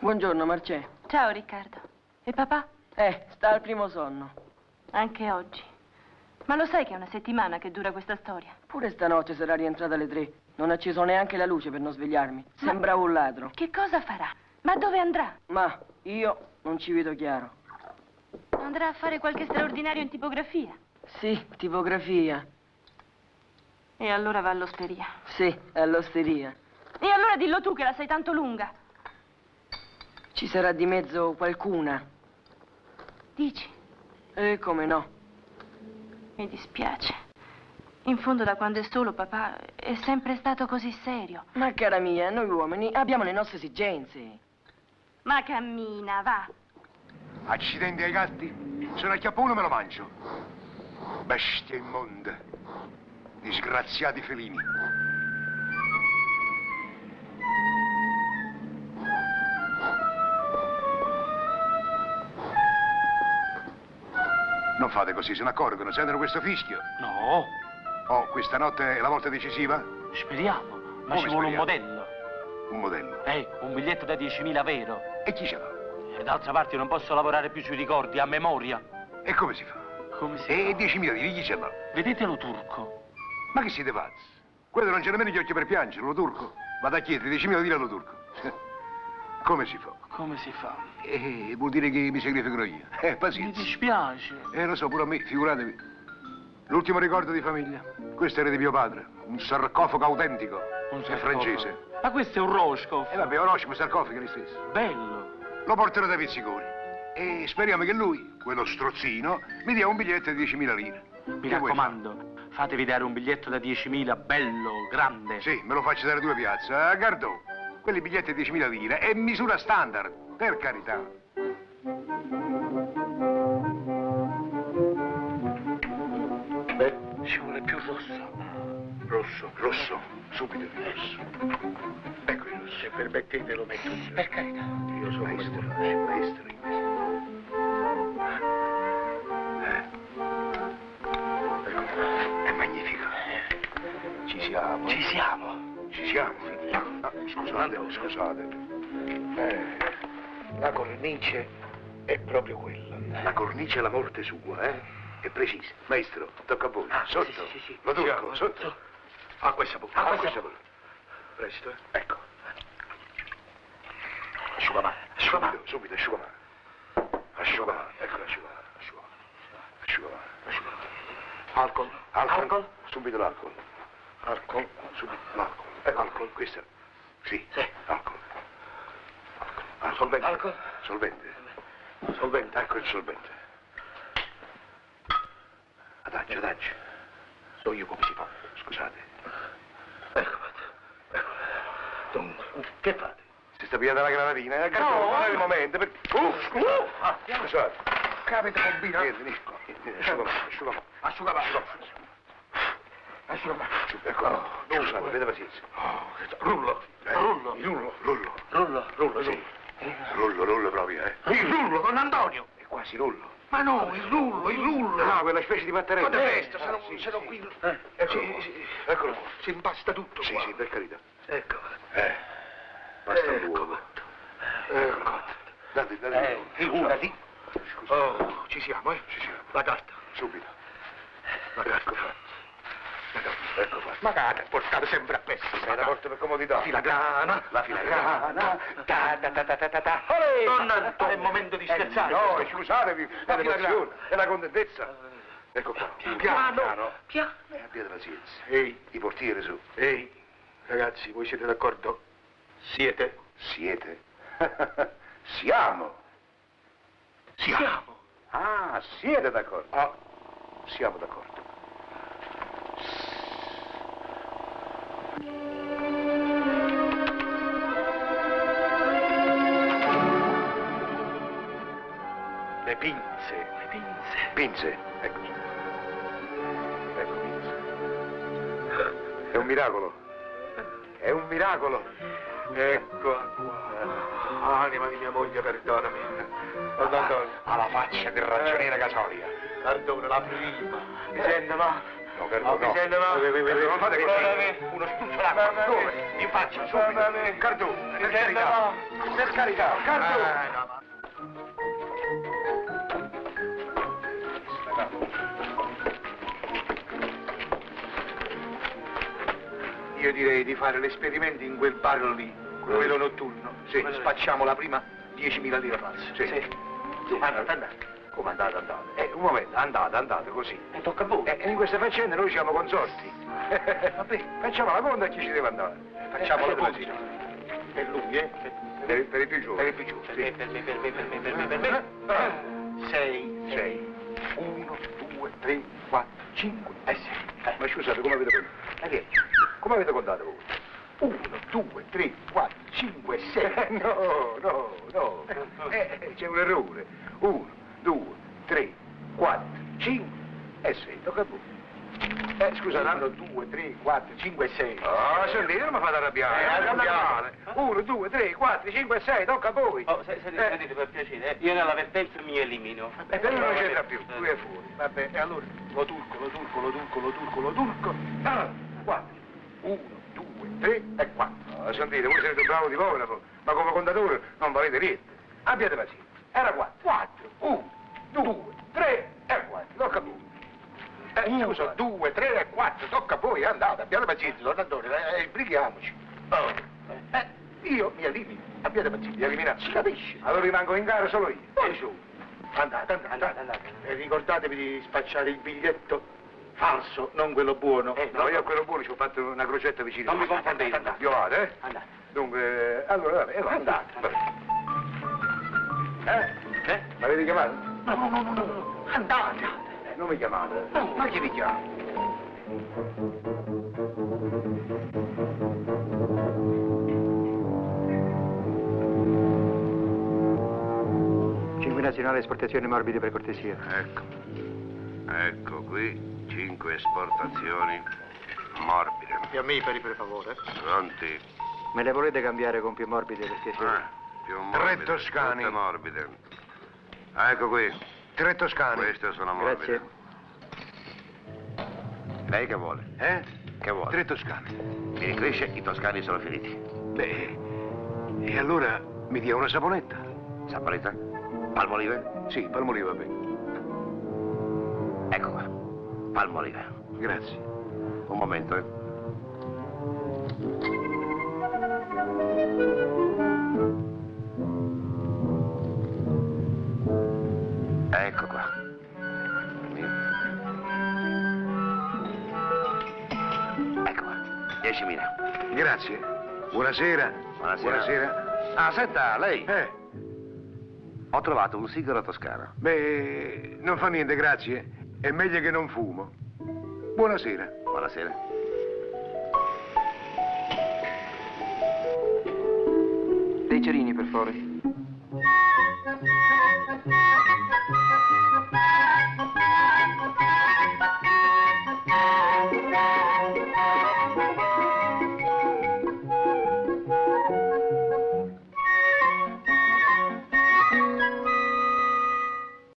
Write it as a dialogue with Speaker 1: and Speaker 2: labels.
Speaker 1: Buongiorno, Marcè.
Speaker 2: Ciao Riccardo. E papà?
Speaker 1: Eh, sta al primo sonno.
Speaker 2: Anche oggi. Ma lo sai che è una settimana che dura questa storia?
Speaker 1: Pure stanotte sarà rientrata alle tre. Non ha acceso neanche la luce per non svegliarmi. Sembrava un ladro.
Speaker 2: Che cosa farà? Ma dove andrà?
Speaker 1: Ma io non ci vedo chiaro.
Speaker 2: Andrà a fare qualche straordinario in tipografia.
Speaker 1: Sì, tipografia.
Speaker 2: E allora va all'osteria.
Speaker 1: Sì, all'osteria.
Speaker 2: E allora dillo tu che la sei tanto lunga.
Speaker 1: Ci sarà di mezzo qualcuna.
Speaker 2: Dici,
Speaker 1: E come no?
Speaker 2: mi dispiace. In fondo da quando è solo papà è sempre stato così serio.
Speaker 1: Ma cara mia, noi uomini abbiamo le nostre esigenze.
Speaker 2: Ma cammina, va.
Speaker 3: Accidenti ai gatti. Se ne acchiappo uno me lo mangio. Bestie immonde. Disgraziati felini. Non fate così, se ne accorgono, sentono questo fischio.
Speaker 4: No,
Speaker 3: Oh, questa notte è la volta decisiva?
Speaker 4: speriamo, ma
Speaker 3: Come
Speaker 4: ci vuole
Speaker 3: speriamo?
Speaker 4: un modello.
Speaker 3: Un modello.
Speaker 4: Eh, un biglietto da 10.000 vero.
Speaker 3: E chi ce l'ha?
Speaker 4: E d'altra parte non posso lavorare più sui ricordi, a memoria.
Speaker 3: E come si fa?
Speaker 4: Come si
Speaker 3: E
Speaker 4: fa?
Speaker 3: 10.000 lire, chi ce l'ha?
Speaker 4: Vedetelo turco.
Speaker 3: Ma che siete pazzi? Quello non c'è nemmeno gli occhi per piangere, lo turco. Vado a chiedere 10.000 lire allo turco. Come si fa?
Speaker 4: Come si fa?
Speaker 3: Eh, vuol dire che mi sacrifico io. Eh,
Speaker 4: Mi
Speaker 3: pazienza.
Speaker 4: dispiace.
Speaker 3: Eh, lo so, pure a me, figuratevi. L'ultimo ricordo di famiglia. Questo era di mio padre, un sarcofago autentico. È
Speaker 4: sarcofago.
Speaker 3: francese. Eh,
Speaker 4: Ma questo è un Roscoff.
Speaker 3: E vabbè, Orosimo sarcofago è lo stesso.
Speaker 4: Bello.
Speaker 3: Lo porterò dai pizziconi. E speriamo che lui, quello strozzino, mi dia un biglietto di 10.000 lire.
Speaker 4: Mi
Speaker 3: Che vuoi
Speaker 4: raccomando, fatevi dare un biglietto da 10.000, bello, grande.
Speaker 3: Sì, me lo faccio dare due piazze. A Gardò, quelli biglietti a 10.000 lire è misura standard, per carità.
Speaker 4: Beh, ci vuole più rosso.
Speaker 3: Rosso, rosso, subito il rosso. Ecco il rosso. Se permettete lo metto io. Per carità. Io sono maestro, maestro. maestro. Eh. Ecco qua. È magnifico. Ci siamo. Ci siamo. Ci siamo. Ah, scusate, scusate. Eh, La cornice è proprio quella. La cornice è la morte sua, eh? È precisa. Maestro, tocca a voi. sotto.
Speaker 4: sì, sì, sì.
Speaker 3: Lo turco,
Speaker 4: Siamo,
Speaker 3: sotto.
Speaker 4: sotto.
Speaker 3: A questa bocca.
Speaker 4: A
Speaker 3: A
Speaker 4: questa
Speaker 3: questa bocca. Presto, eh. Ecco. Asciugamano. Asciugamano. Subito, subito, asciugamano. Asciugamano. Ecco l'asciugamano. Asciugamano. Asciugamano. Asciugamano.
Speaker 4: Alcol.
Speaker 3: Alcol.
Speaker 4: Alcol?
Speaker 3: Subito l'alcol. Alcol. Subito l'alcol. Ecco alcol, questa. Sì.
Speaker 4: Sì.
Speaker 3: Alcol. Alcol. Solvente.
Speaker 4: Alcol.
Speaker 3: Solvente. Solvente. Ecco il solvente. Adagio, adagio. So io come si fa. Scusate. Ecco fatto. Ecco. Dunque, che fate? Si sta pigliando la granatina. Eh? No, non è il momento. Per... Uff, uff. Ah, scusate. Capita combina. Vieni, vieni. Asciugamano, asciugamano. Asciugamano. Asciugamano. Ecco, scusate, avete pazienza.
Speaker 4: Oh,
Speaker 3: Rullo, rullo, rullo, rullo,
Speaker 4: Rullo.
Speaker 3: rullo, sì. Rullo, rullo proprio, eh.
Speaker 4: Il rullo con Antonio.
Speaker 3: È quasi rullo.
Speaker 4: Ma no, il rullo, il rullo.
Speaker 3: No, quella specie di Eh, mattarello.
Speaker 4: Guarda questo, se
Speaker 3: sono
Speaker 4: no- se no qui-
Speaker 3: Eccolo
Speaker 4: Sì,
Speaker 3: qua.
Speaker 4: sì.
Speaker 3: Eccolo qua.
Speaker 4: Si impasta tutto
Speaker 3: Sì,
Speaker 4: qua.
Speaker 3: sì, per carità.
Speaker 4: Ecco.
Speaker 3: Eh, basta
Speaker 4: Ecco
Speaker 3: l'uovo.
Speaker 4: fatto.
Speaker 3: Ecco. Date, date
Speaker 4: Eh,
Speaker 3: l'uovo.
Speaker 4: figurati.
Speaker 3: Scusate. Scusa.
Speaker 4: Oh, ci siamo, eh?
Speaker 3: Ci siamo.
Speaker 4: La carta.
Speaker 3: Subito. La ecco fatto. La carta, Ecco fatto.
Speaker 4: Ma cara, portate sempre a pezzi.
Speaker 3: Ma la porto per comodità.
Speaker 4: La filagrana.
Speaker 3: La filagrana. Ta ta ta ta ta ta ta. Olè!
Speaker 4: Donna Antonia, è il momento di
Speaker 3: Eh,
Speaker 4: scherzare.
Speaker 3: no, scusatevi,
Speaker 4: La
Speaker 3: è
Speaker 4: filagrana.
Speaker 3: l'emozione, è la contentezza. Ecco qua. Piano, piano.
Speaker 4: Eh, Piano.
Speaker 3: Eh, abbiate pazienza.
Speaker 4: Ehi,
Speaker 3: I portiere su.
Speaker 4: ehi, ragazzi, voi siete d'accordo? Siete?
Speaker 3: Siete? Siamo.
Speaker 4: Siamo.
Speaker 3: Ah, siete d'accordo? Ah, siamo d'accordo.
Speaker 4: Le pinze. Le pinze.
Speaker 3: Pinze, ecco. Ecco Pinze. È un miracolo. È un miracolo.
Speaker 4: Eccola qua. Ecco. Anima di mia moglie, perdonami. Guarda Antonio.
Speaker 3: Alla faccia del ragioniere Casoria.
Speaker 4: Perdona, la prima. Mi sento, ma
Speaker 3: No, Carlo, no. Carlo, non fate così. Uno stuzzolacqua, dove? In faccia, subito. Cardù, per carità. Per carità, Ah, Cardù.
Speaker 4: Io direi di fare l'esperimento in quel bar lì, quello notturno.
Speaker 3: Sì.
Speaker 4: Spacciamo la prima 10.000 lire false.
Speaker 3: Sì. Andate, andate. Come andate, andate? Eh, un momento, andate, andate, così. E tocca a voi. Eh, in queste faccende noi siamo consorti. Vabbè, facciamo la conta a chi ci deve andare.
Speaker 4: facciamo la
Speaker 3: così.
Speaker 4: conta.
Speaker 3: Per lui, eh? Per, per i più giovani.
Speaker 4: Per i più giovani,
Speaker 3: Per me, per me, per me, per me, per me, per me. Sei. Sei. Uno, due, tre, quattro, cinque e sei. Eh, Ma scusate, come avete contato? Eh, come avete contato voi? Uno, due, tre, quattro, cinque, sei. No, no, no. Eh, eh, c'è un errore. Uno, due, tre, quattro, cinque e sei. Tocca a voi. Eh, scusate, hanno due, tre, quattro, cinque e sei.
Speaker 4: Ah, sentite, non mi fate arrabbiare.
Speaker 3: Eh,
Speaker 4: non mi fate
Speaker 3: arrabbiare.
Speaker 4: arrabbiare.
Speaker 3: Uno, due, tre, quattro, cinque, sei, tocca a voi.
Speaker 5: Oh, se- se-
Speaker 3: Eh.
Speaker 5: sentite, per piacere, eh, io nell'avvertenza mi elimino.
Speaker 3: E per lui non c'entra più,
Speaker 5: Eh.
Speaker 3: lui è fuori. Vabbè, e allora lo turco, lo turco, lo turco, lo turco, lo turco. Ah, quattro. Uno, due, tre e quattro.
Speaker 4: Ah, sentite, voi siete bravo di povera, ma come contatore non valete niente.
Speaker 3: Abbiate pazienza. Era quattro. Quattro. Uno, due, tre e quattro. Tocca a voi.
Speaker 4: Eh,
Speaker 3: Uno,
Speaker 4: scusa, due, tre e quattro, tocca a voi, andate, abbiate pazienza, don Antonio, eh, sbrighiamoci.
Speaker 3: Eh, io mi elimino. Abbiate pazienza.
Speaker 4: Vi eliminate?
Speaker 3: Si capisce.
Speaker 4: Allora rimango in gara solo io.
Speaker 3: E su. Andate, andate, andate.
Speaker 4: Eh,
Speaker 3: E Eh, ricordatevi di spacciare il biglietto falso, non quello buono.
Speaker 4: Eh, no, io a quello buono ci ho fatto una crocetta vicino.
Speaker 5: Non mi confondete.
Speaker 4: Io vado, eh?
Speaker 5: Andate.
Speaker 4: Dunque, eh, allora, vabbè, allora,
Speaker 3: Andate.
Speaker 4: vabbè. Eh? Eh? M'avete chiamato?
Speaker 3: No, no, no, no, no. Andate.
Speaker 4: Eh, non mi chiamate.
Speaker 3: No, ma chi vi chiama?
Speaker 6: Cinque nazionale esportazioni morbide per cortesia.
Speaker 7: Ecco, ecco qui cinque esportazioni morbide.
Speaker 6: Gli ammiferi per favore.
Speaker 7: Pronti?
Speaker 6: Me le volete cambiare con più morbide per piacere?
Speaker 7: Eh, più
Speaker 4: Tre
Speaker 7: morbide.
Speaker 4: toscani.
Speaker 7: tutte morbide. Ah, ecco qui,
Speaker 4: Tre toscani.
Speaker 7: queste sono morbide.
Speaker 6: Grazie.
Speaker 7: Lei che vuole?
Speaker 4: Eh?
Speaker 7: Che vuole?
Speaker 4: Tre toscani.
Speaker 7: Mi ricresce, i toscani sono finiti.
Speaker 4: Beh, e allora mi dia una saponetta?
Speaker 7: Saponetta? Palmolive?
Speaker 4: Sì, palmolive, va bene.
Speaker 7: Ecco qua, palmolive.
Speaker 4: Grazie.
Speaker 7: Un momento, eh. Ecco qua. Ecco qua. 10.000.
Speaker 4: Grazie. Buonasera.
Speaker 7: Buonasera.
Speaker 4: Buonasera.
Speaker 7: Ah, senta, lei.
Speaker 4: Eh,
Speaker 7: Ho trovato un sigaro toscano.
Speaker 4: beh, non fa niente, grazie. È meglio che non fumo. Buonasera.
Speaker 7: Buonasera.
Speaker 1: Dei cerini, per favore.